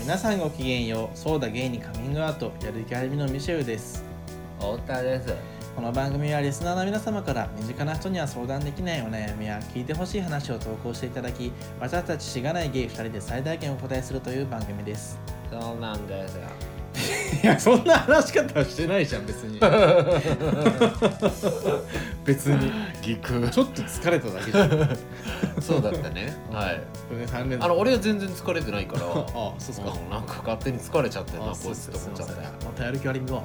皆さんごきげんようそうだゲイにカミングアウトやる気ありみのミシェルです太田ですこの番組はリスナーの皆様から身近な人には相談できないお悩みや聞いてほしい話を投稿していただき私たちしがないゲイ2人で最大限お答えするという番組です そうなんですよいやそんな話し方してないじゃん別に別にぎくちょっと疲れただけじゃんそうだった ねはい3連あの俺は全然疲れてないから あそうっすかうんなんか勝手に疲れちゃってんなあこいつと思っちゃったそうよそうそうまたやる気ありみは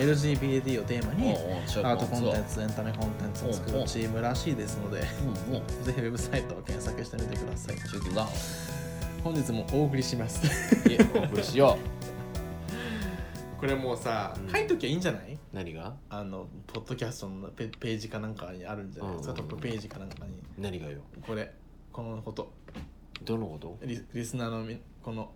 LGBT をテーマうんにうんうんちょっとアートコンテンツエンタメコンテンツを作るチームらしいですのでぜうんうんひウェブサイトを検索してみてくださいチェキラ本日もお送りしますい えお送りしよ これもうさうん書いときゃいいんじゃないう何があのポッドキャストのペページかなんかにあるんじゃないですかうんトップページかなんかに何がよこれこのことどのことリリスナーのみこの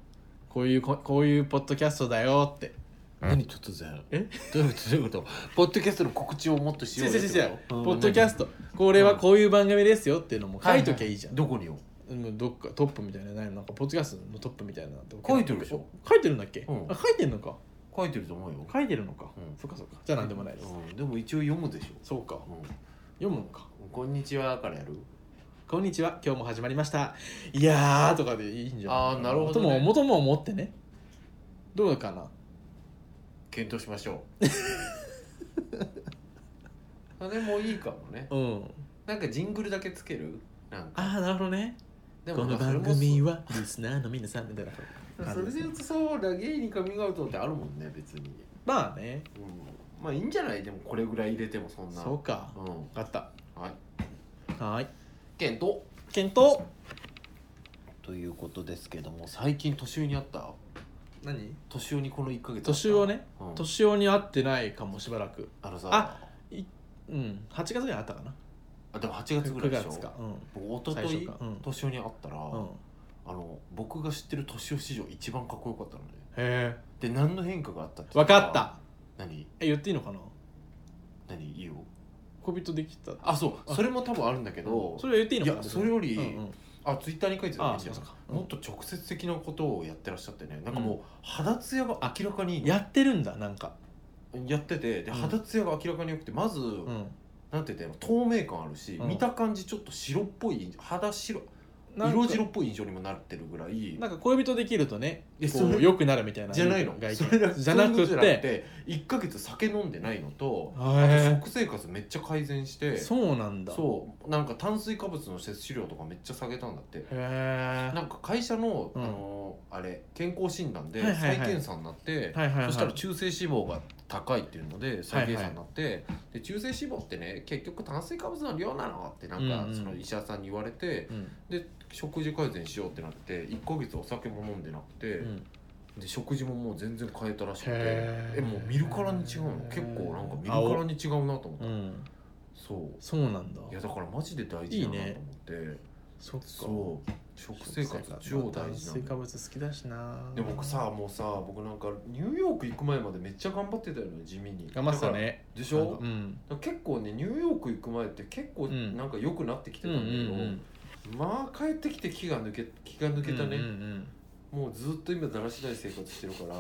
こういうここういうポッドキャストだよって何突然えどういうことどういうことポッドキャストの告知をもっとしよ違ううよ違う違うってことポッドキャストトこれはこういう番組ですよっていうのも書いときゃいいじゃんどこによもうどっかトップみたいなのないのなんかポッドキャストのトップみたいなのって書いてるでしょ書いてるんだっけ、うんあ書いてるのか書いてると思うよ書いてるのか、うんそっかそっかじゃあ何でもないです、うんでも一応読むでしそうかょう読むのかんこんにちはからやるこんにちは今日も始まりましたいやーとかでいいんじゃないあーなるほどねとも元も思ってねどうかな検討しましょ うあでもいいかもねうんなんかジングルだけつけるなんかああなるほどねでこのまあそれ番も組はリスナーの皆さんみたいなそ感れじでですね言うとそうだゲイにカミングアウトってあるもんね別に、まあねうん、まあいいんじゃないでもこれぐらい入れてもそんなそうかうん分かったはいはーい検討検討ということですけども最近年上にあった何年上にこの1か月あった年をね、うん年をに会ってないかもしばらくあのさあうん8月ぐらいあったかなあでも8月ぐらい9でしょ月かうん僕一昨最初日かうん年上に会ったら、うん、へあの僕が知ってる年を史上一番かっこよかったのねえで何の変化があったって言分たからった何え言っていいのかな何いいよ恋人できたあそうそれも多分あるんだけどそれは言っていいのかないやそれよりうんうんあツイッターに書いてたあ記事だそうかうんもっと直接的なことをやってらっしゃってねなんかもう肌ツヤが明らかにやってるんだなんかやっててでうん肌ツヤが明らかに良くてまずうんなんて言ったらいいの透明感あるしうん見た感じちょっと白っぽい肌白なんか色白っぽい印象にもなってるぐらいなんか恋人できるとねいやこそれう良くなるみたいなじゃないの外見それだじゃなそういくうことて1か月酒飲んでないのとへ食生活めっちゃ改善してえそうなんだそうなんか炭水化物の摂取量とかめっちゃ下げたんだってへえなんか会社の、うんあのあれ健康診断ではいはい再はい検査になって、はいはいはいそしたら中性脂肪が高いっていうので再検査になって、で中性脂肪ってね結局炭水化物の量なのってなんか、うんうんその医者さんに言われてうんで食事改善しようってなって1ヶ月お酒も飲んでなくて、うんで食事ももう全然変えたらしくてへーえもう見るからに違うの結構なんか見るからに違うなと思った、うんそうそうなんだいやだからマジで大事だなと思ってそっかそう食生活超大事な炭水の化物好きだしなで僕さもうさ僕なんかニューヨーク行く前までめっちゃ頑張ってたよね地味に頑張ってたねだからでしなょんかうんだから結構ねニューヨーク行く前って結構うんなんか良くなってきてうたんんうだんけど、うんまあ帰ってきて気が抜け気が抜けたね、うんうんもうずっと今だらしない生活してるから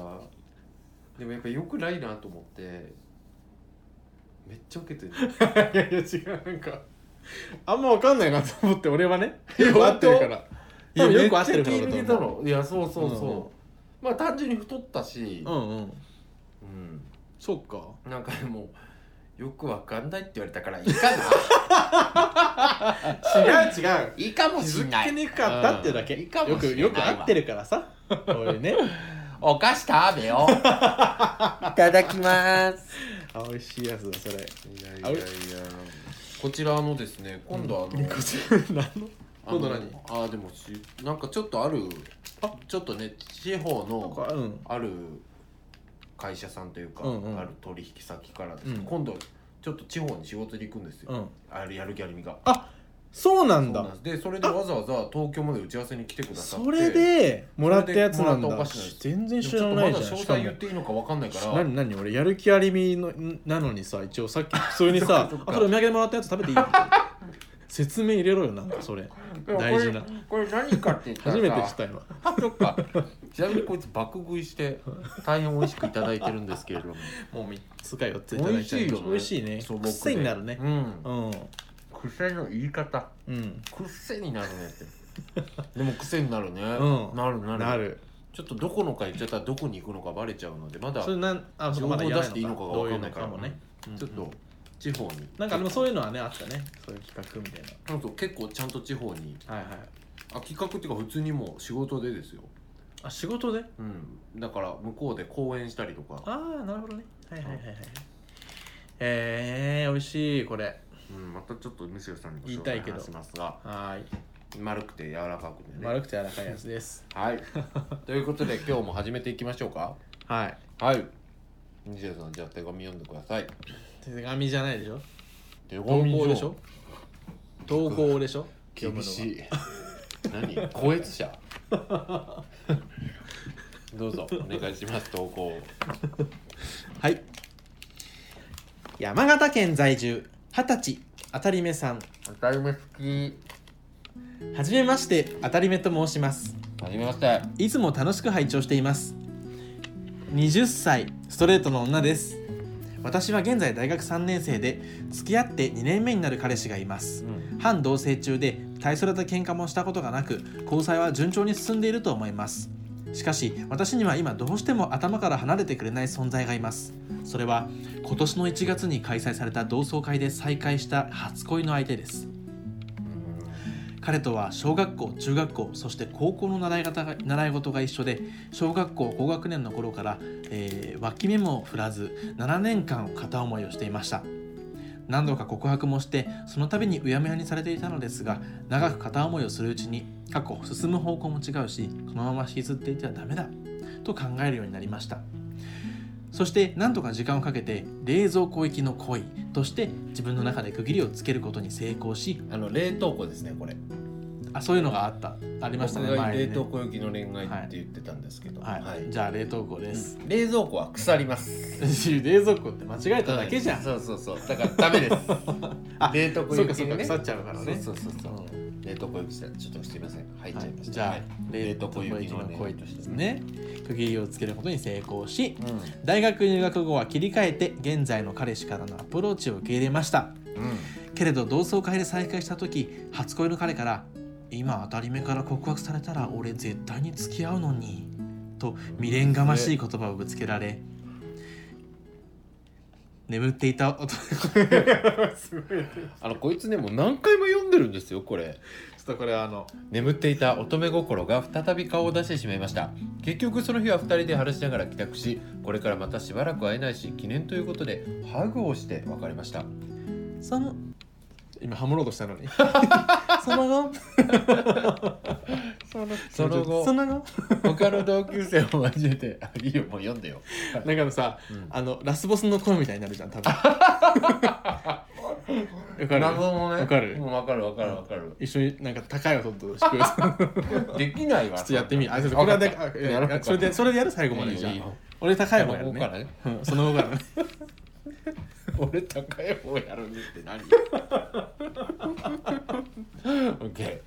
でもやっぱ良くないなと思ってめっちゃ受けてるうんいやいや違うなんかあんま分かんないなと思って俺はねいやよく合ってるからいや多め分よっちく合ゃって気るからだ抜とけた思のいやそうそうそう、うんうんまあ単純に太ったし、ううんうんうんそうかなんかでもよくわかんないって言われたからいいか 違う違うないいかも気しんづないけにくかったっていうだけうんいいよかもしんなくいわよく合ってるからさこういうねお菓子食べよういただきますあ美味しいやつだそれいやいやいやこちらのですね今度あの、こちら何のあの今度何あーでもしなんかちょっとあるあちょっとね地方のうんある会社さんというか、うんうんある取引先からですね、うん今度ちょっと地方に仕事に行くんですよ、うんあれやるギャルみがそうなそんうなんだですでそれでわざわざ東京まで打ち合わせに来てくださってそれでもらったやつなんもらっただお菓子なんです全で然も知ちょらっとなまいだじゃん詳しか細も言っていいのかわかんないから何何俺やる気ありみのなのにさ一応さっき普通に さそっかそっあかそれお土産でもらったやつ食べていい?」説明入れろよなんかそれ大事なこれこれ何かって言ったら初さめて知った今あそっかちなみにこいつ爆食いして大変美味しくいただいてるんですけれどももう3つか4ついただいちゃいまし美た美味味ししいいよねね素朴で癖になるねうんうん癖の言い方うん癖になるねってでも癖になるね、うんなるなるなるちょっとどこのか言っちゃったらどこに行くのかバレちゃうのでまだそれなんあそ情こ報まだ出言わしていいのかがどう分かいうんなのいかからもねちょっうんうんと地方になんかでもそういうのはねあったねそういう企画みたいなんか結構ちゃんと地方になはいはいあ企画っていうか普通にもう仕事でですよ、あ仕事でうん、だから向こうで講演したりとか、ああなるほどねはいはいはいはいえー、美味しいこれうん、またちょっとミシェルさんにご言い紹た介いけど話しますがはーい丸くて柔らかくてね丸くて柔らかいやつですはい ということで今日も始めていきましょうかはいはいミシェルさんじゃあ手紙読んでください手紙じゃないでしょ手投紙稿でしょ投稿でしょ厳しい何高越者 どうぞお願いします投稿はい山形県在住二十歳当たり目さん当たり前好きはじめまして当たり目と申しますはじめましていつも楽しく拝聴しています20歳ストレートの女です私は現在大学3年生で付き合って2年目になる彼氏がいます半同棲中で大それた喧嘩もしたことがなく交際は順調に進んでいると思いますしかし私には今どうしても頭から離れてくれない存在がいますそれは今年の1月に開催された同窓会で再会した初恋の相手です彼とは小学校中学校そして高校の習い方が習い事が一緒で小学校高学年の頃から、えー脇目も振らず7年間片思いをしていました何度か告白もしてその度にうやむやにされていたのですが長く片思いをするうちに過去進む方向も違うしこのまま引きずっていてはダメだと考えるようになりましたそして何とか時間をかけて冷蔵庫行きの恋として自分の中で区切りをつけることに成功しあの冷凍庫ですねこれあそういうのがあったありましたね僕が前冷にね凍庫行きの恋愛って言ってたんですけど、はい、じゃあ冷凍庫です、冷蔵庫は腐ります 冷蔵庫って間違えただけじゃん、そうそうそうだからダメ ですあ冷凍庫そう行かきそうにかね腐っちゃうからねそうそうそうそううん冷凍庫行きしたちょっとすいません入っちゃいました、じゃあ、はい冷凍庫行きの恋としてですね区切りをつけることに成功しう大学入学後は切り替えて現在の彼氏からのアプローチを受け入れましたん、うん、けれど同窓会で再会した時初恋の彼から「今当たり目から告白されたら俺絶対に付き合うのに」と未練がましい言葉をぶつけられ眠っていた男すごいちょあのこいつねもう何回も読んでるんですよこれっとこれあの眠っていた乙女心が再び顔を出してしまいました結局その日は2人で話しながら帰宅しこれからまたしばらく会えないし記念ということでハグをして別れました その今ハモろうとしたのに その後その そ後の後他の同級生を交えてあいいよもう読んでよなんかあのさ、うんあのラスボスの声みたいになるじゃん 多分わかる謎もねわかるもうわかるわかるわかる一緒になんか高い音と低い音できないわ ちょっとやってみあちょっとわこかれっはたであいややろうかそれでそれでやる最後まいいでよじゃいいよあ俺高い方やるここからねねうんその方からね 俺高い方やるねって 何オッケー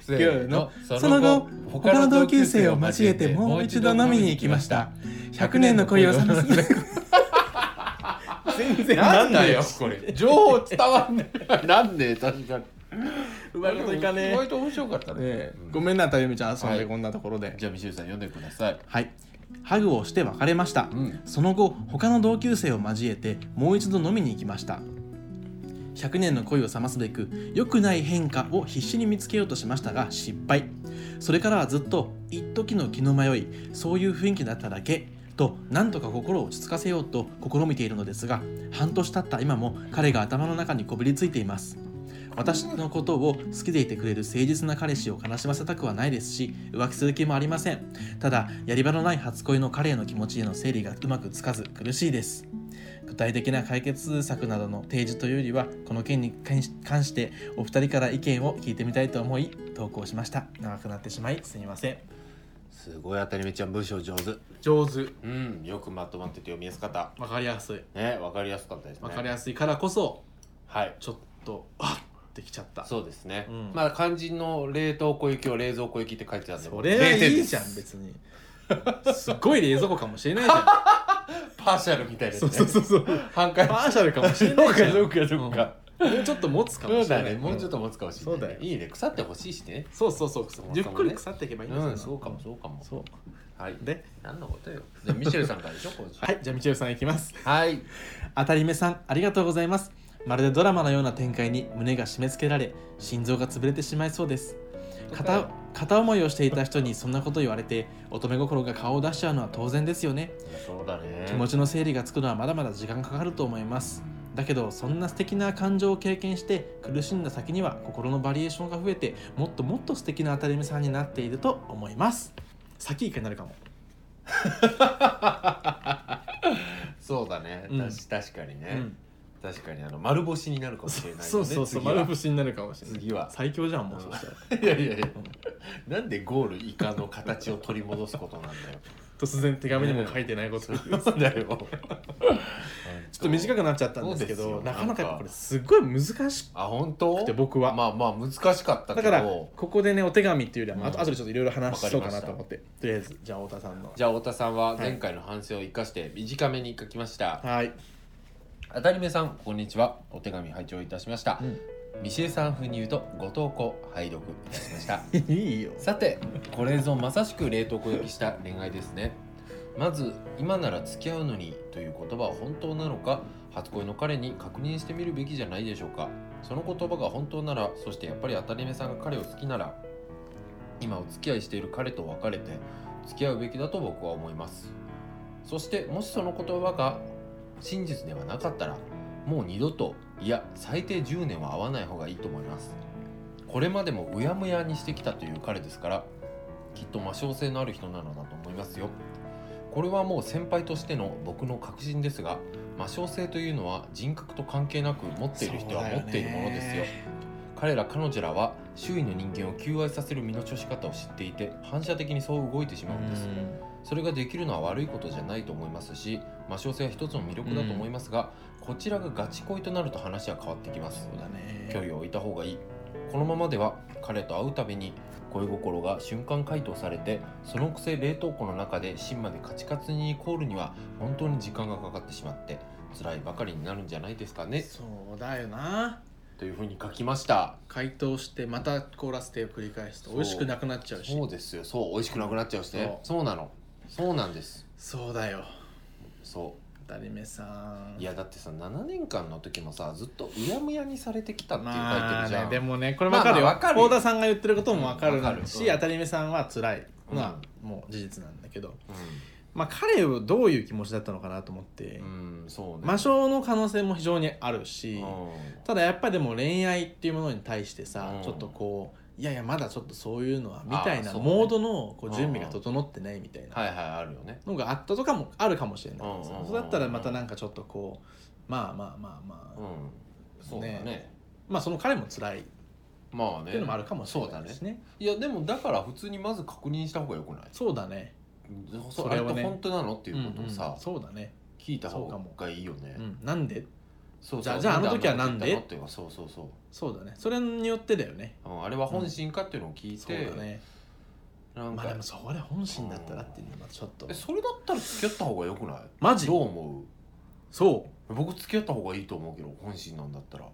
せーのその後他の同級生を交えてもう一度飲みに行きました100年の恋を探す全然 なんだよこれ情報伝わんね えなんで確かにうまいこといかね意え外と面白かったねねえうんごめんなたゆみちゃん遊んはでいこんなところでじゃあミシェルさん読んでくださいはいハグをして別れましたうんその後他の同級生を交えてもう一度飲みに行きました100年の恋を覚ますべく良くない変化を必死に見つけようとしましたが失敗それからはずっと一時の気の迷いそういう雰囲気だっただけと何とか心を落ち着かせようと試みているのですが半年経った今も彼が頭の中にこびりついています私のことを好きでいてくれる誠実な彼氏を悲しませたくはないですし浮気する気もありませんただやり場のない初恋の彼への気持ちへの整理がうまくつかず苦しいです具体的な解決策などの提示というよりはこの件に関し関してお二人から意見を聞いてみたいと思い投稿しました長くなってしまいすみませんすごい当たりめちゃん文章上手上手うんよくまとまってて読みやすかったわかりやすいねわかりやすかったですねわかりやすいからこそはいちょっとあってきちゃったそそうですね、うんまあ肝心の冷凍庫行きを冷蔵庫行きって書いてたんでれはいいじゃ0ん点です別にすっごい冷蔵庫かもしれないじゃパーシャルみたいんです そうねそうそう そう半回パーシャルかもしれないじゃんそうかそうかそうかもうちょっと持つかそもうしれだないねもうちょっと持つかもしれない、ね、そうだよいいね腐ってほしいしねそうそうそうそもそもねゆっくり腐っていけばいいんですよ、うんそうかもそうかもそうはいで何のことよじゃあミシェルさんからでしょ今週はいじゃあみちるさんいきますはい当たり目さんありがとうございますまるでドラマのような展開に胸が締め付けられ心臓が潰れてしまいそうです片片思いをしていた人にそんなこと言われて乙女心が顔を出しちゃうのは当然ですよねそうだね気持ちの整理がつくのはまだまだ時間かかると思いますだけどそんな素敵な感情を経験して苦しんだ先には心のバリエーションが増えてもっともっと素敵な当たり目さんになっていると思います先行かになるかも そうだね、うんたし確かにね、うん確かにあの丸星になるかもしれないよねそうそうそう次は丸節になるかもしれない次 は最強じゃんもうそしたらいやいやいやなんでゴールイカの形を取り戻すことなん だよ突然手紙にも書いてないこと、 ちょっそうだよちょと短くなっちゃったんですけそうどですよなかななんかかこれすごい難しあ本当くて僕まは、あまあ難しかっただけからどここでねお手紙っていうよりは、うんあと後でちょっといろいろ話しそうかわかりましなたと思ってとりあえずじゃあ太田さんのじゃあ太田さんは前回の反省を生かして短めに書きました、はい、当たりめさんこんにちはお手紙拝聴いたしました、うんミシエさん風に言うとご投稿拝読いたしましたいいよさてこれぞまさしく冷凍庫行きした恋愛ですねまず「今なら付き合うのに」という言葉は本当なのか初恋の彼に確認してみるべきじゃないでしょうかその言葉が本当ならそしてやっぱり当たり目さんが彼を好きなら今お付き合いしている彼と別れて付き合うべきだと僕は思いますそしてもしその言葉が真実ではなかったらもう二度といや最低10年は会わない方がいいと思いますこれまでもうやむやにしてきたという彼ですからきっと魔性性のある人なのだと思いますよこれはもう先輩としての僕の確信ですが魔性性というのは人格と関係なく持っている人は持っているものですよ彼ら彼女らは周囲の人間を求愛させる身の処し方を知っていて反射的にそう動いてしうまうんですんそれができるのは悪いことじゃないと思いますし魔性性は一つの魅力だと思いますが、こちらがガチ恋となると話は変わってきますそうだね距離を置いた方がいいこのままでは彼と会うたびに恋心が瞬間解凍されてそのくせ冷凍庫の中で芯までカチカチに凍るには本当に時間がかかってしまって辛いばかりになるんじゃないですかねそうだよなというふうに書きました解凍してまた凍らせてを繰り返すと美味しくなくなっちゃうしそうですよそう美味しくなくなっちゃうしねそうなのそうなんですそうだよそう当たり目さんいやだってさ7年間の時もさずっとうやむやにされてきたっていう書いてまるあじゃん、ねでもねこれわかるよ、まあまあわかるよ太田さんが言ってることもわかるうんわかるし、当たり目さんは辛いのはもう事実なんだけど、まあ彼をどういう気持ちだったのかなと思って、うん、うん、そうね魔性の可能性も非常にあるし、うんただやっぱでも恋愛っていうものに対してさ、うんちょっとこういやいやまだちょっとそういうのはみたいあなそうねモードのこううん準備が整ってないみたいなはいはいあるよねのがあったとかもあるかもしれないですようんうんうんそうだったらまたなんかちょっとこうまあまあまあまあ、うんそうだねまあその彼も辛いまあねっていうのもあるかもしれないですそうだねね。いやでもだから普通にまず確認した方がよくないそうだね。そそあれれはとね本当なのっていうことをうんさうん、そうだね。聞いた方そうかもがいいよねうん、なんで？そうそうじゃあじゃああの時はなんであの時はっていうかそうそうそうそうだね。それによってだよね。うんあれは本心かっていうのを聞いそうて、だね。なんまか、あでもそこで本心だったらっていうのはちょっとえ。それだったら付き合った方がよくないマジどう思うそう。僕付き合った方がいいと思うけど本心なんだったら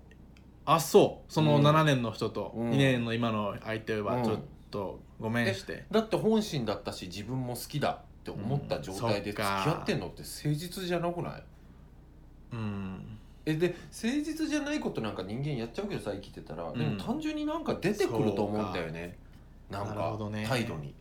あ、そう。そのうん7年の人とうん2年の今の相手はちょっとごめんえして。だって本心だったし自分も好きだって思った状態でうんそっ付きか合ってんのって誠実じゃなくないうん。えで誠実じゃないことなんか人間やっちゃうけどさ生きてたら、んでも単純になんか出てくると思うんだよねなんなるほかどね態度に、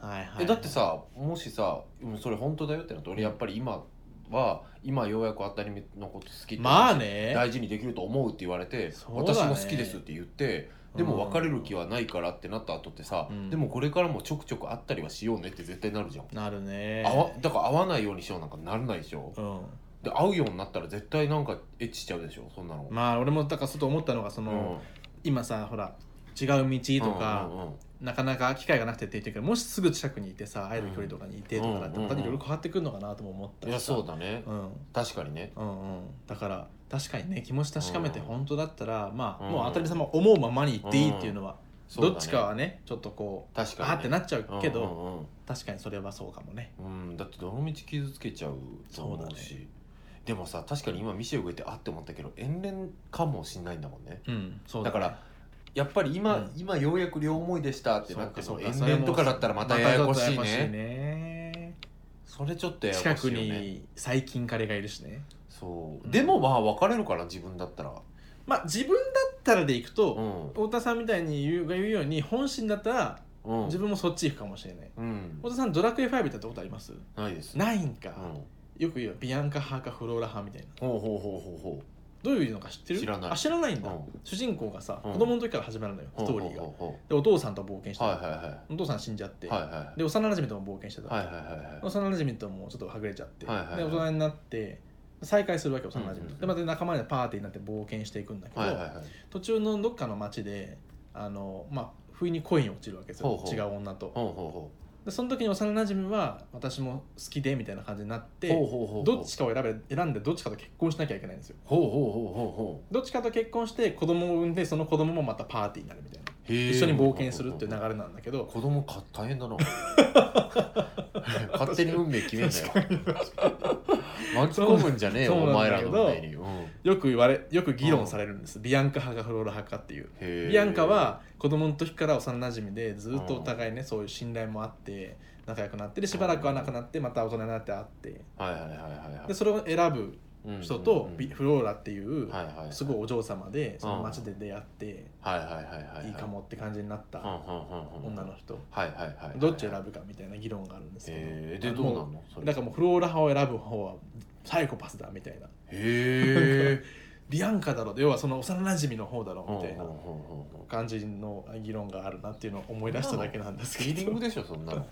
はいはい。えだってさもしさうんそれ本当だよってなって俺やっぱり今は今ようやく当たり前のこと好きってまあね。大事にできると思うって言われて、そうだね私も好きですって言ってでも別れる気はないからってなった後ってさ、うんでもこれからもちょくちょく会ったりはしようねって絶対なるじゃん、なるね。あわだから会わないようにしようなんかならないでしょ、うん。で会うようになったら絶対なんかエッチしちゃうでしょそんなの、まあ俺もだからちょっと思ったのがその、う今さほら違う道んとか、うんうんうんなかなか機会がなくてって言ってるけどもしすぐ近くにいてさ会える距離とかにいてとかだってうんまたいろいろ変わってくるのかなとも思ったいやしさそうだね、うん確かにねうんうんだから確かにね気持ち確かめてうん本当だったら、まあ、うんもう当たり様思うままに言っていいっていうのは、そうだねどっちかはねちょっとこう確かに、あーってなっちゃうけど、うんうんうん確かにそれはそうかもねうん、だってどの道傷つけちゃうと思うしそうだでもさ確かに今ミシェルが言ってあって思ったけど遠恋かもしんないんだもんねうんそうだからやっぱり今、うん今ようやく両思いでしたってなってそもうか遠そうか恋とかだったらまたややこしいね,、またちょっとややこしいねねそれちょっとやや近こしくいよねに最近彼がいるしねそう、うんでもまあ別れるから自分だったらまあ自分だったらでいくと、うん太田さんみたいに言うが言うように本心だったらうん自分もそっち行くかもしれない、うん太田さんドラクエ5行ったことありますないですないんかうん、、ほよく言うよビアンカ派かフローラ派みたいなうほうほうほうほどういうのか知ってる知らないあ知らないんうだ、うん主人公がさ、うん子供の時から始まるのよほスうトほーうほリーがうほでお父さんと冒険してうた、はいはいはお父さん死んじゃって、いはいはいで幼馴染とも冒険してた、はいはいはいはい幼馴染ともちょっとはぐれちゃって、はいはいはいで大人になって再会するわけ幼馴染と、うんうんうんでまた仲間でパーティーになって冒険していくんだけど、はいはいはい途中のどっかの町であのまあ不意に恋に落ちるわけですよほうほう違う女とほうほでその時に幼馴染は私も好きでみたいな感じになっうてほうほうほうほうどっちかを選べ選んでどっちかと結婚しなきゃいけないんですよほうほうほうほうほうどっちかと結婚して子供を産んでその子供もまたパーティーになるみたいな一一緒に冒険するっていう流れなんだけど子供か大変だ な勝手に運命決めんなよ巻き込むんじゃねえよそうお前らのそうなんだ運命けどに、うんへよく言われよく議論されるんですビアンカ派かフローラ派かっていうえビアンカは子供の時から幼馴染でずっとお互いねそういう信頼もあって仲良くなってでしばらくはなくなってまた大人になって会ってはいはいはいはいはいでそれを選ぶうんうん人とうんビフローラっていうはいはいはいすごいお嬢様でその街で出会ってはいはいはいはいいいかもって感じになった女女の人はいはいはいはいどっちを選ぶかみたいな議論があるんですへえけでどどうなものそうれだからもうフローラ派を選ぶ方はサイコパスだみたいなへえビアンカだろう要はその幼馴染の方だろうみたいなうんうんうんうんうん感じの議論があるなっていうのを思い出しただけなんですフィーけリンどグでしょそんな の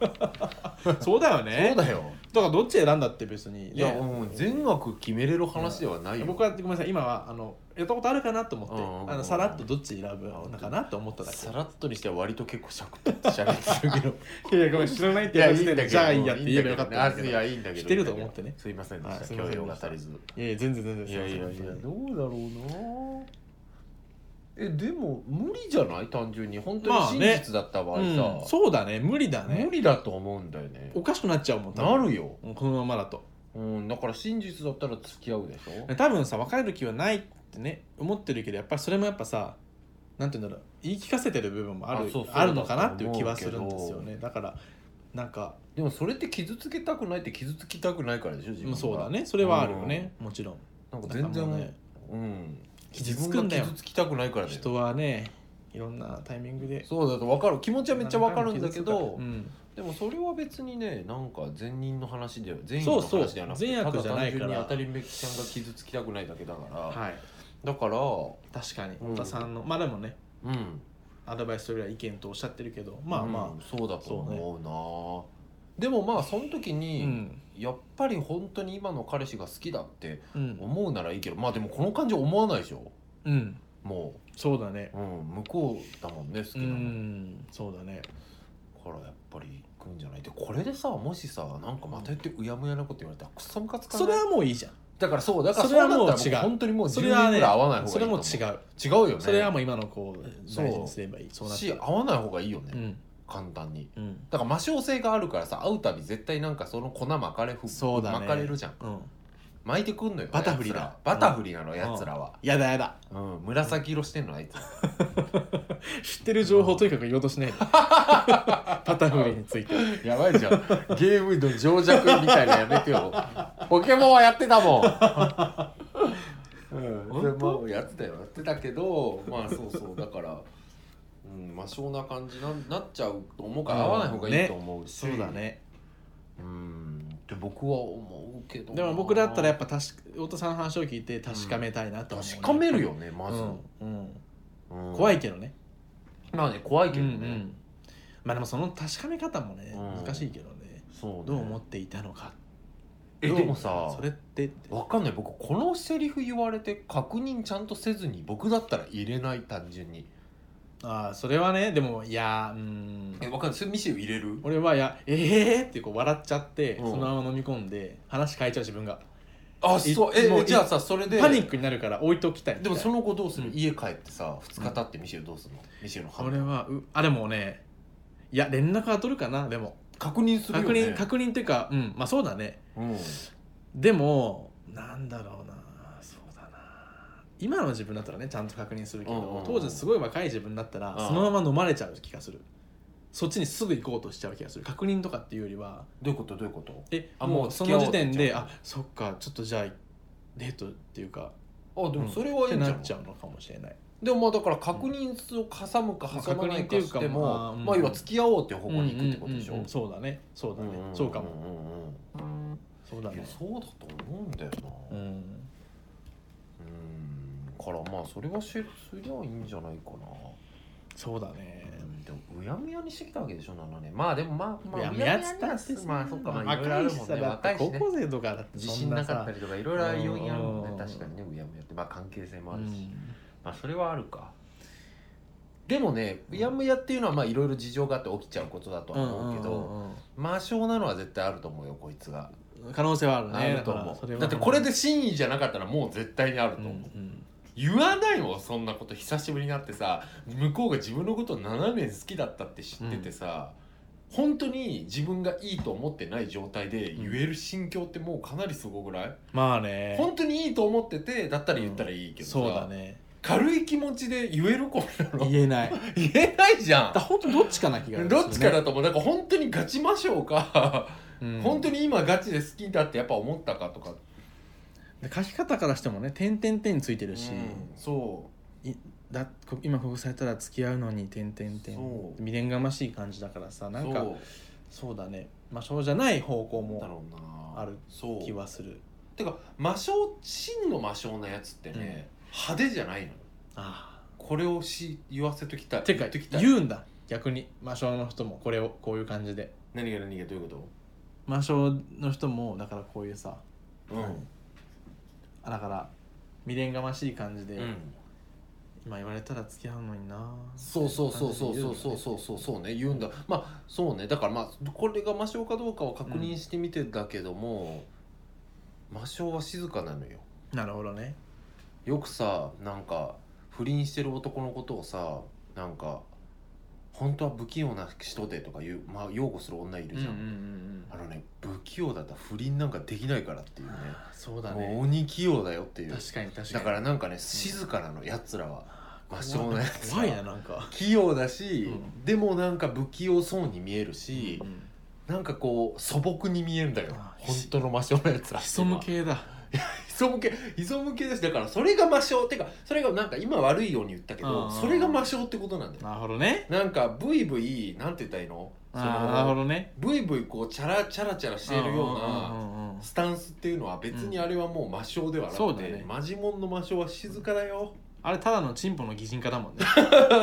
そうだよねそうだよだからどっち選んだって別にねいやもう全額決めれる話ではないよ僕はごめんなさい今はあのやったことあるかなと思って、うんうんうんあのさらっとどっち選ぶのかなと思ったださけらっとにしては割と結構シャクッとしゃべってるけどいやごめん知らないっいてややいいつんだけでどじゃあいいやって言えばよかったんだあけどいいややいいんだけど知ってると思ってねすいませんではしいたすいま教せんでした養が足りずいや全然全然いやいやいすまやせんどうだろうなえでも無理じゃない単純に本当まあに真ね実だった場合うん、さそうだね無理だね無理だと思うんだよねおかしくなっちゃうもん多な分るようんこのままだとうんだから真実だったら付き合うでしょ多分さ別れる気はないってね思ってるけどやっぱりそれもやっぱさなんて言うんだろう言い聞かせてる部分もあるあそうそうあるのかなっていう気はするんですよねだからなんかでもそれって傷つけたくないって傷つきたくないからでしょ自分まあがそうだねそれはあるよね、もちろんなんか全だからもう然ねうん傷つくんだ自分がよ傷つきたくないからだよ人はねいろんなタイミングでそうだと分かる気持ちはめっちゃ分かるんだけど、うんでもそれは別にねなんか善人の話では善意そのうそう話ではなくて善悪じゃないからただ単純に当たりめきちゃんが傷つきたくないだけだから、はいだから確かにうん太田さんの、まあでもねうんアドバイスというよりは意見とおっしゃってるけどまあうまんそうだと思うなでもまあその時あうに、んやっぱり本当に今の彼氏が好きだってうん、思うならいいけどまあでもこの感じ思わないでしょうん、もそうだねう、うん、向こうだもんね好きうなの、んそうだねほらやっぱり行くんじゃないでこれでさもしさなんかまた言ってうやむやなこと言われたらクソムカつかないそれはもういいじゃんだからそうだからそれはそうなもうった違うら本当にもう10そ年れぐはらねい合わない方がいいそれも違う違うよねそれはもう今の子をそう大事にすればいいそうなっし合たらわない方がいいようね、ん簡単にうんだから抹消性があるからさ会うたび絶対なんかその粉巻かれふそうだね巻かれるじゃんうん巻いてくんのよバタフリーだやつらバタフリーなのやつらは、やだやだうん紫色してんのあいつら知ってる情報をとにかく言おうとしない でパタフリーについてやばいじゃんゲームの情弱みたいなのやめてよポケモンはやってたもんうん、本当それもやってたよやってたけどまあそうそうだからうん魔性な感じななっちゃうと思うからうん合わない方がいいと思うし、そうだねうんって僕は思うけどなでも僕だったらやっぱ確か太田さんの話を聞いて確かめたいなと思うね、確かめるよねまず、うん、ううんん怖いけどね,、まあね怖いうんけどね、うんまあでもその確かめ方もね、うん難しいけどねそうねどう思っていたのかえどうでもさそれってってわかんない僕このセリフ言われて確認ちゃんとせずに僕だったら入れない単純にああそれはねでもいやーうーんえわかんないそれミシェル入れる俺はいやええー、ってこう笑っちゃって、うんそのまま飲み込んで話変えちゃう自分があそうえもうじゃあさそれでパニックになるから置いときたいみたでいなもその後どうする、うん家帰ってさ2日経ってミシェルどうするのミシェルの判俺断はうあでもねいや連絡は取るかなでも確認するよ確ね認確認っていうかうんまあそうだねうんでもなんだろうなそうだな今の自分だったらねちゃんと確認するけど、うんうんうん当時すごい若い自分だったうら、んそのまま飲まれちゃう気がするそっちにすぐ行こうとしちゃう気がする確認とかっていうよりはどういうことどういうことえあももううそ付き合のおう時点ってで言っちゃうあそっかちょっとじゃあデートっていうかあでもそれはいっていんじなゃっんちゃうのかもしれないでもまあだから確認を挟むか挟まないかしても、まあ確認っていうかまあうんまあ要は付き合おうっていう方向に行くってことでしょ、うんうんうんそうだねそうだね、んんんそうかももそうだいねやそうだと思うんだようなうんんからまあそれは知すりゃいいんじゃないかな、そうだねうんでもうやむやにしてきたわけでしょ7年まあでもまあまあいや宮津だってうやむやにはまあそっかまあいろいろあ若いるしもんさねだって若いし高ね校生とかだって自そん信ななかっさたりとかいろいろ要因あるもんうんね確かにねうやむやってまあ関係性もあるし、うんまあそれはあるかでもねうやむやっていうのはまあいろいろ事情があって起きちゃうことだとは思うけど、魔性なのは絶対あると思うよこいつが、可能性はあるねあるとだから思そうはだってこれで真意じゃなかったらもう絶対にあるうとんう思う、ん言わないもんそんなこと久しぶりになってさ向こうが自分のことを7年好きだったって知っててさ、本当に自分がいいと思ってない状態で言える心境ってもうかなりすごくない、まあね本当にいいと思っててだったら言ったらいいけどさ、そうだね軽い気持ちで言える子なの言えないだか言えないじゃら本当どっちかな気がすんるどっちかだと思うだから本当にガチ魔性か本当にに今ガチで好きだってやっぱ思ったかとか、書き方からしてもね点点点ついてるしうんそだこ今ここされたら付き合うのに点点点そう未練がましい感じだからさうなんかそうそうだね魔性じゃない方向だもろうなあるそう気はするてか魔性真の魔性なやつってね、派手じゃないのあこれをし言わせときたいあてか言っときたい言うんだ逆に魔性の人もこれをこういう感じで何が何がどういうこ魔性の人もだからこういうさとうん、あだから未練がましい感じで、うん今言われたら付き合うのになそうそうそうそうそうそうそうそうそうね言うんだまあそうねだからまあこれが魔性かどうかは確認してみてだけども、魔性は静かなのよなるほどねよくさなんか不倫してる男のことをさなんか本当は不器用な人でとかいう、まあ、擁護する女いるじゃん、うんうんうんあのね不器用だったら不倫なんかできないからっていうねうんそうだもうね鬼器用だよっていう確かに確かにだからなんかね静かなのやつらは魔性のやつ怖いななんか器用だし、うでもなんか不器用そうに見えるしう、んなんかこう素朴に見えるんだよあ本当の魔性のやつらっていうの潜はむ系だ磯向け磯向けですだからそれが魔性ってかそれがなんか今悪いように言ったけうどんそれが魔性ってことなんだよなるほどねなんかブイブイなんて言ったらいいのそああなるほのどねブイブイこうチャラチャラチャラしてるようなんんんんスタンスっていうのは別にあれはもう魔性ではなそうくだて、ねマジモンの魔性は静かだよあれただのチンポの擬人化だもん ね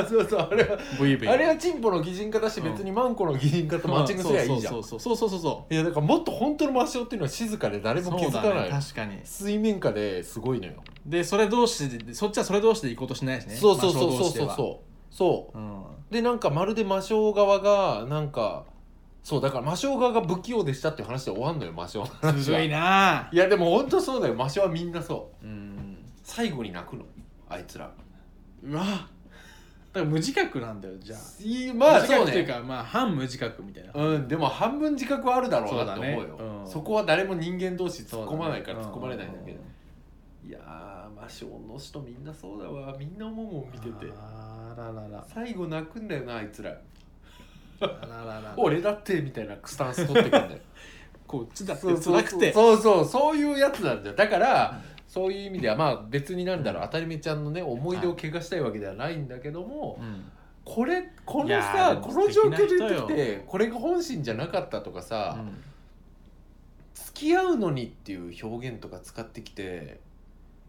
そうそうあれはブイブイあれはチンポの擬人化だし別にマンコの擬人化とマッチングすりゃいいじゃんそいうそうそうそうそうそうやだからもっと本当の魔性っていうのは静かで誰そもう気づかそうなだい、ね確かに水面下ですごいのよでそれ同士でそっちはそれ同士で行こうとしないしねそうそうそうそう魔性同士でそうはそうそううんうでなんかまるで魔性側がなんかそうだから魔性側が不器用でしたっていう話で終わんのよ魔性の話はずるいなあいやでもほんとそうだよ魔性はみんなそううん最後に泣くのあいつらうわだから無自覚なんだよじゃあいまあ無自覚そうというねかまあ半無自覚みたいなうんでも半分自覚はあるだろうそうなだってね思うよそうんこは誰も人間同士突っそうだね込まないから突っ込まれないんだけどう、いやー魔性の人みんなそうだわみんな思うもん見ててあららら最後泣くんだよなあいつらあららら俺だってみたいなスタンス取ってくんだよこっちだって そうそう辛くてそうそうそういうやつなんだよだから、そういう意味ではまあ別になんだろう、当たりめちゃんのね思い出を怪我したいわけではないんだけども、うんこれこのいやーさでもこの状況で言素っ敵てきなてこれが本心じゃなかったとかさ、うん付き合うのにっていう表現とか使ってきて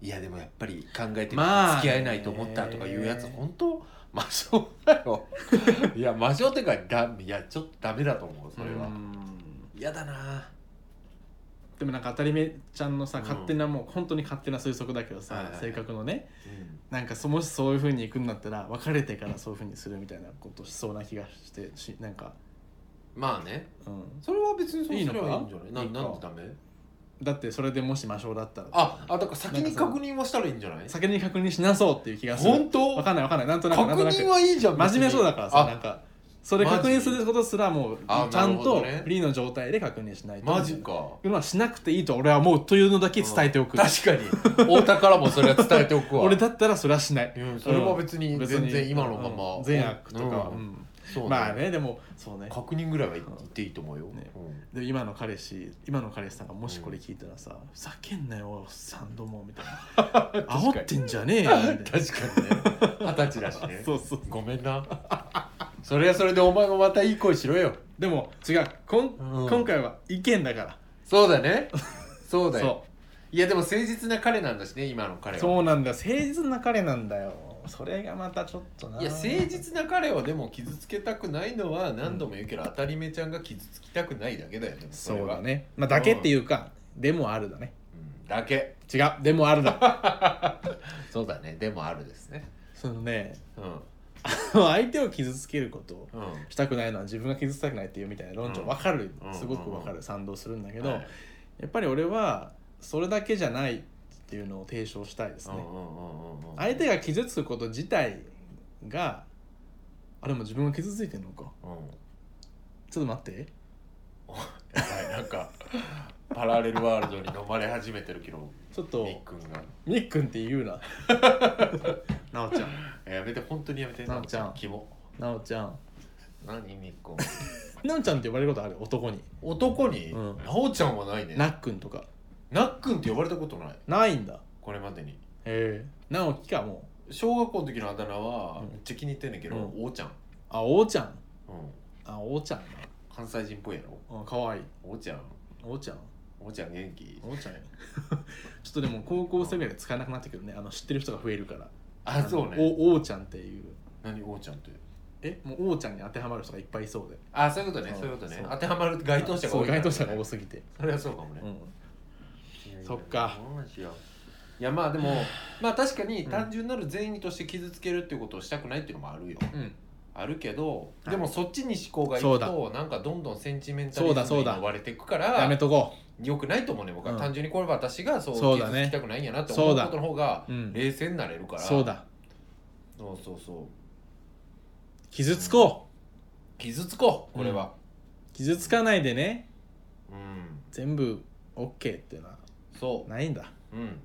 いやでもやっぱり考えてみて、まあね付き合えないと思ったとかいうやつ本当魔性だよ いや魔性ってかだいやちょっとダメだと思うそれは、うん嫌だなでもなんか当たりめちゃんのさうん勝手な、もう本当に勝手な推測だけどさ、はいはいはい性格のねうんなんかそもしそういう風に行くんだったら別れてからそういう風にするみたいなことしそうな気がしてしなんか、まあねうん、それは別にそういいすれのばかいいんじゃないないいかなんでダメだってそれでもし魔性だったらああだから先なんにかその確認はしたらいいんじゃない先に確認しなそうっていう気がする本当わかんないわかんないなんとなくなん確となく認はいいじゃん別真に面目そうだからさあなんかそれマジ確認することすらもうあちゃんなるほとどねフリーの状態で確認しないとマジかいうのはしなくていいと俺は思うというのだけ伝えておく、確かに太田からもそれは伝えておくわ 俺だったらそれはしないうんそれは別に別に全然今のまま、うん善悪とかは、ううんんそうねまあねでもそうね確認ぐらいは言っていいと思うよ、ねうんで今の彼氏今の彼氏さんがもしこれ聞いたらさ「ふざけんなよおっさんども」みたい な「かに煽ってんじゃねえよ」みたいな確かにね二十歳だしね そうそうごめんなそれはそれでお前もまたいい声しろよでも違うこん、うん今回は意見だからそうだねそうだよそいやでも誠実な彼なんだしね今の彼うはそうなんだよ誠実な彼なんだよそれがまたちょっとないや誠実な彼をでも傷つけたくないのは何度も言うけど、当たりめちゃんが傷つきたくないだけだよでもれそうはだ、ねまあだけっていうか、でもあるだねうんだけ違うでもあ るだそうだねでもあるですねそのねうん相手を傷つけることをうんしたくないのは自分が傷つきたくないっていうみたいな論調うんわかる、うんすごくわかる賛同するんだけけど、やっぱり俺はそれだけじゃないっていうのを提唱したいですね、相手が傷つくこと自体があれも自分が傷ついてるのかうんちょっと待ってやばいなんか パラレルワールドに飲まれ始めてるけどちょっとみっくんがみっくんって言う ななおちゃんやめて本当にやめてなおちゃんキモなおちゃん何みっくんなおちゃんって呼ばれることある男に男に、うんなおちゃんはないねななっくんとかっくんって呼ばれたことないないんだこれまでにへえ直樹かもう小学校の時のあだ名はうんめっちゃ気に入ってんねんけど、うおーちゃん、うん、あおーちゃんあおーちゃん関西人っぽいやろなあかわいいおーちゃんおーちゃんおーちゃん元気おーちゃんや ちょっとでも高校生ぐらいで使えなくなってくるねあの知ってる人が増えるからあそうねおおーちゃんっていう何おーちゃんってえもうおーちゃんに当てはまる人がいっぱいいそうであそういうことねそうそういうことねそう当てはまる該当者が多いそう該当者がが多すぎて、それはそうかもね、うん、そそっっかかいやまあでも まあ確かに単純なる善意として傷つけるっていうことをしたくないっていうのもあるようん、あるけどいでもそっちに思考がいそくうだとなんかどんどんセンチメンタリズムそうだそうにだ追われていくかやめらとこよくないと思うね僕はうん単純にこれは私がそうそう傷だつねきたくないんやなって思そううだことの方がう、うん、冷静になれるからそうだそうそうそう傷つこ傷つこうこれはう傷つかないでねうん、全部 OK っていうのはそうないんだうん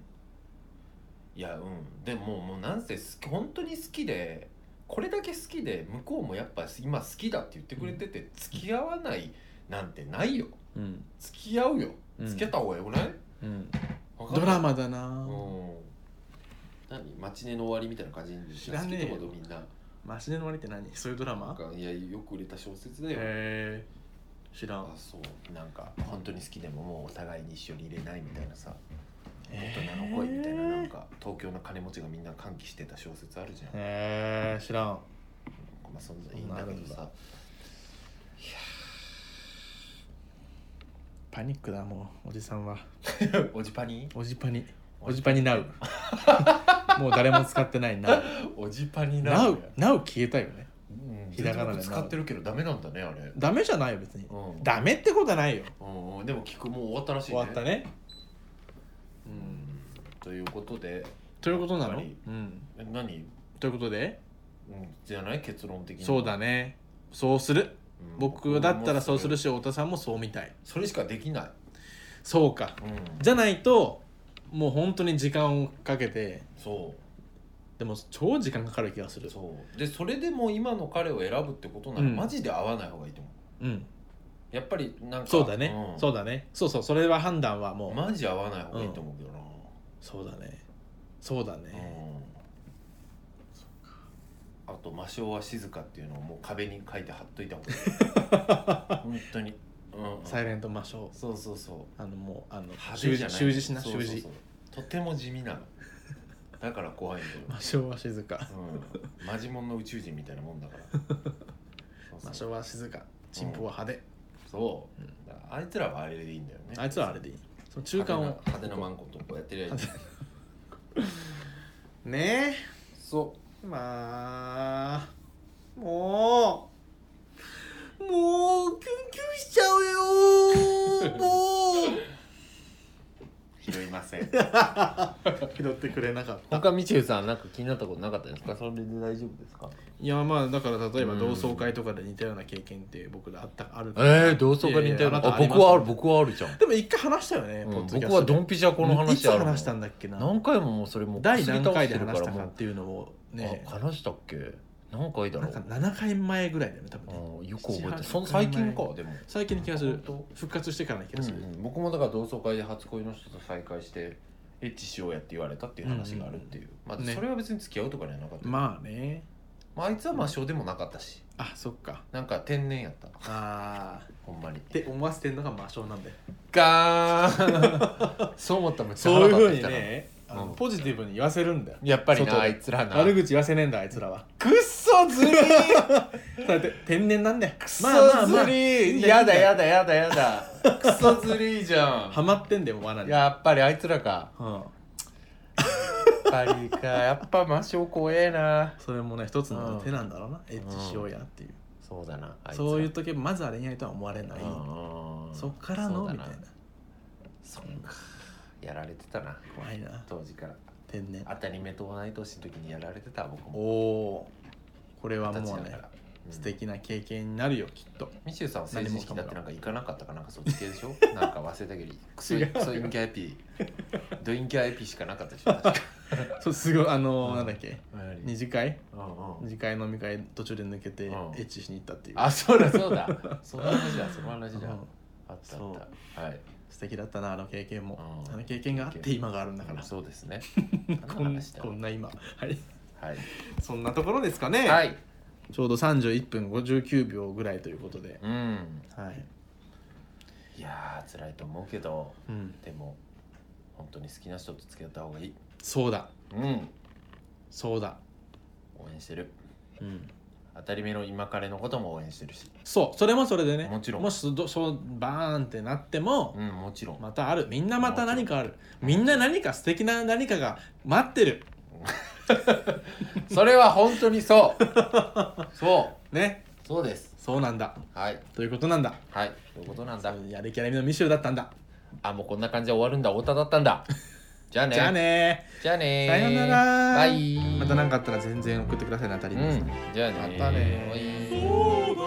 いやうんでももうなんせ好き本当に好きでこれだけ好きで向こうもやっぱ今好きだって言ってくれてて、付き合わないなんてないようん、付き合うようん付き合った方がよくない、うん、わかんないドラマだな、うん何マチネの終わりみたいな感じに知らねえ好きよってことみんなマシネの割って何そういうドラマなんかいやよく売れた小説だよ、へえ知らあんそうなんか本当に好きでももうお互いに一緒にいれないみたいなさ大え人の恋みたいななんか東京の金持ちがみんな歓喜してた小説あるじゃんえー、知らんまあそんないいんだけどそんなさパニックだもうおじさんは おじパニおじパニおじパニ ナウもう誰も使ってないなおじパニなううなう消えたよねんひらがなで使ってるけどダメなんだねあれダメじゃないよ別にうんダメってことはないようんうんでも聞くもう終わったらしい終ねわったねううんんということでということなやっのぱうりんえ何ということでうんじゃない結論的にそうだねそうするうん僕だったらそうするしし太田さんもそうみたいそれしかできないそうかうんじゃないともう本当に時間をかけてそでも超時間かかる気がすうるそうでそれでも今の彼を選ぶってことならうんマジで合わない方がいいと思ううんやっぱりなんかそうだね、んそうだねそうそうそれは判断はもう、マジ合わない方がいいと思うけどなそうだねそうだうね、んあと「魔性は静か」っていうのをもう壁に書いて貼っといた方がいい 本当に、うんうんサイレント魔性そうそうそうあのもうあの派手習じゃ字ない習字しなそうそう習そう字とても地味なのだから怖いんだよ、魔性は静かうん、マジモンの宇宙人みたいなもんだ からそうそう魔性は静かチンポは派手、そううだからあいつらはあれでいいんだよねんあいつはあれでいいその中間を派手な派手なマンコとこうやってりゃいいねそえまあもうもうキュンキュンしちゃうよもう拾いませんう拾ってくれなかった他みちゅさんなんか気になったことなかったですかそれで大丈夫ですか いやまあだから例えばうん同窓会とかで似たような経験って僕らあったあるええ同窓会にいたよいやいやあななたああります僕はある僕はあるじゃん、でも一回話したよね、うんポッドキャストで僕はドンピシャこの話あいるつの話したんだっけな何回ももうそれもう第こすり何倒回しでてるか話しらたかもっていうのをう、ねあ話したっけ何回だなろんかう7回前ぐらいだよね多あ分ねーよく覚えて7るその最近かでも最近の気がする本復活してからの気がする、うんうん僕もだから同窓会で初恋の人と再会してエッチしようやって言われたっていう話があるっていう、まあ、ねそれは別に付き合うとかにはなかった、まあねまあ、あいつは魔性でもなかったしあそっかなんか天然やったああほんまにって思わせてんのが魔性なんだよガー ンそう思ったらめっちゃそう腹いう立ってふうにきたなねあのうんポジティブに言わせるんだよやっぱりな外あでいつらな悪口言わせねえんだあいつらはくっそずりーそうやって天然なんだよくそまあまあまあずりーいいんよやだいいんやだやだやだくそずりーじゃハマってんだよ罠んにやっぱりあいつらかうんやっぱりかやっぱ魔性怖えなそれもね一つの手なんだろうな、エッチしようやっていう、そうだなあいつらそう言っとけばまずは恋愛とは思われない、うんうんそっからのそうだみたいなそうかやられてたな怖いな当時から天然当たり目と同い年の時にやられてた僕おもおーこれは二十もう歳だねからうん素敵な経験になるよきっとミシューさんは成人式だってなんか行かなかったかなんかそっち系で しょなんか忘れたけどクソ違うよクソインキャエピドインキャエピしかなかったでしょ確かそうすごいあのーうんなんだっけうん二次会うん二次会飲み会途中で抜けてエうんッチしに行ったっていうあそうだそうだその話だその話だうんあったそうあったはい素敵だったなあの経験もうんあの経験があって今があるんだかうらんそうですね こん話だこんな今はいはいそんなところですかね、はいちょうど31分59秒ぐらいということでうんはい、いやー辛いと思うけどうん、でも本当に好きな人と付き合った方がいいそうだうんそうだ応援してるうん当たり目の今彼のことも応援してるしそうそれもそれでねもちろんもしそそうバーンってなっても、うんもちろんまたあるみんなまた何かあるみんな何か素敵な何かが待ってるそれは本当にそう そねうそうですそうなんだはいということなんだはいということなんだやる気ありみのミシューだったんだ、あもうこんな感じで終わるんだ太田だったんだじゃあねじゃあねじゃあねさよならバイまた何かあったら全然送ってくださいねあたりうにですんじゃあねまたねバイそうだ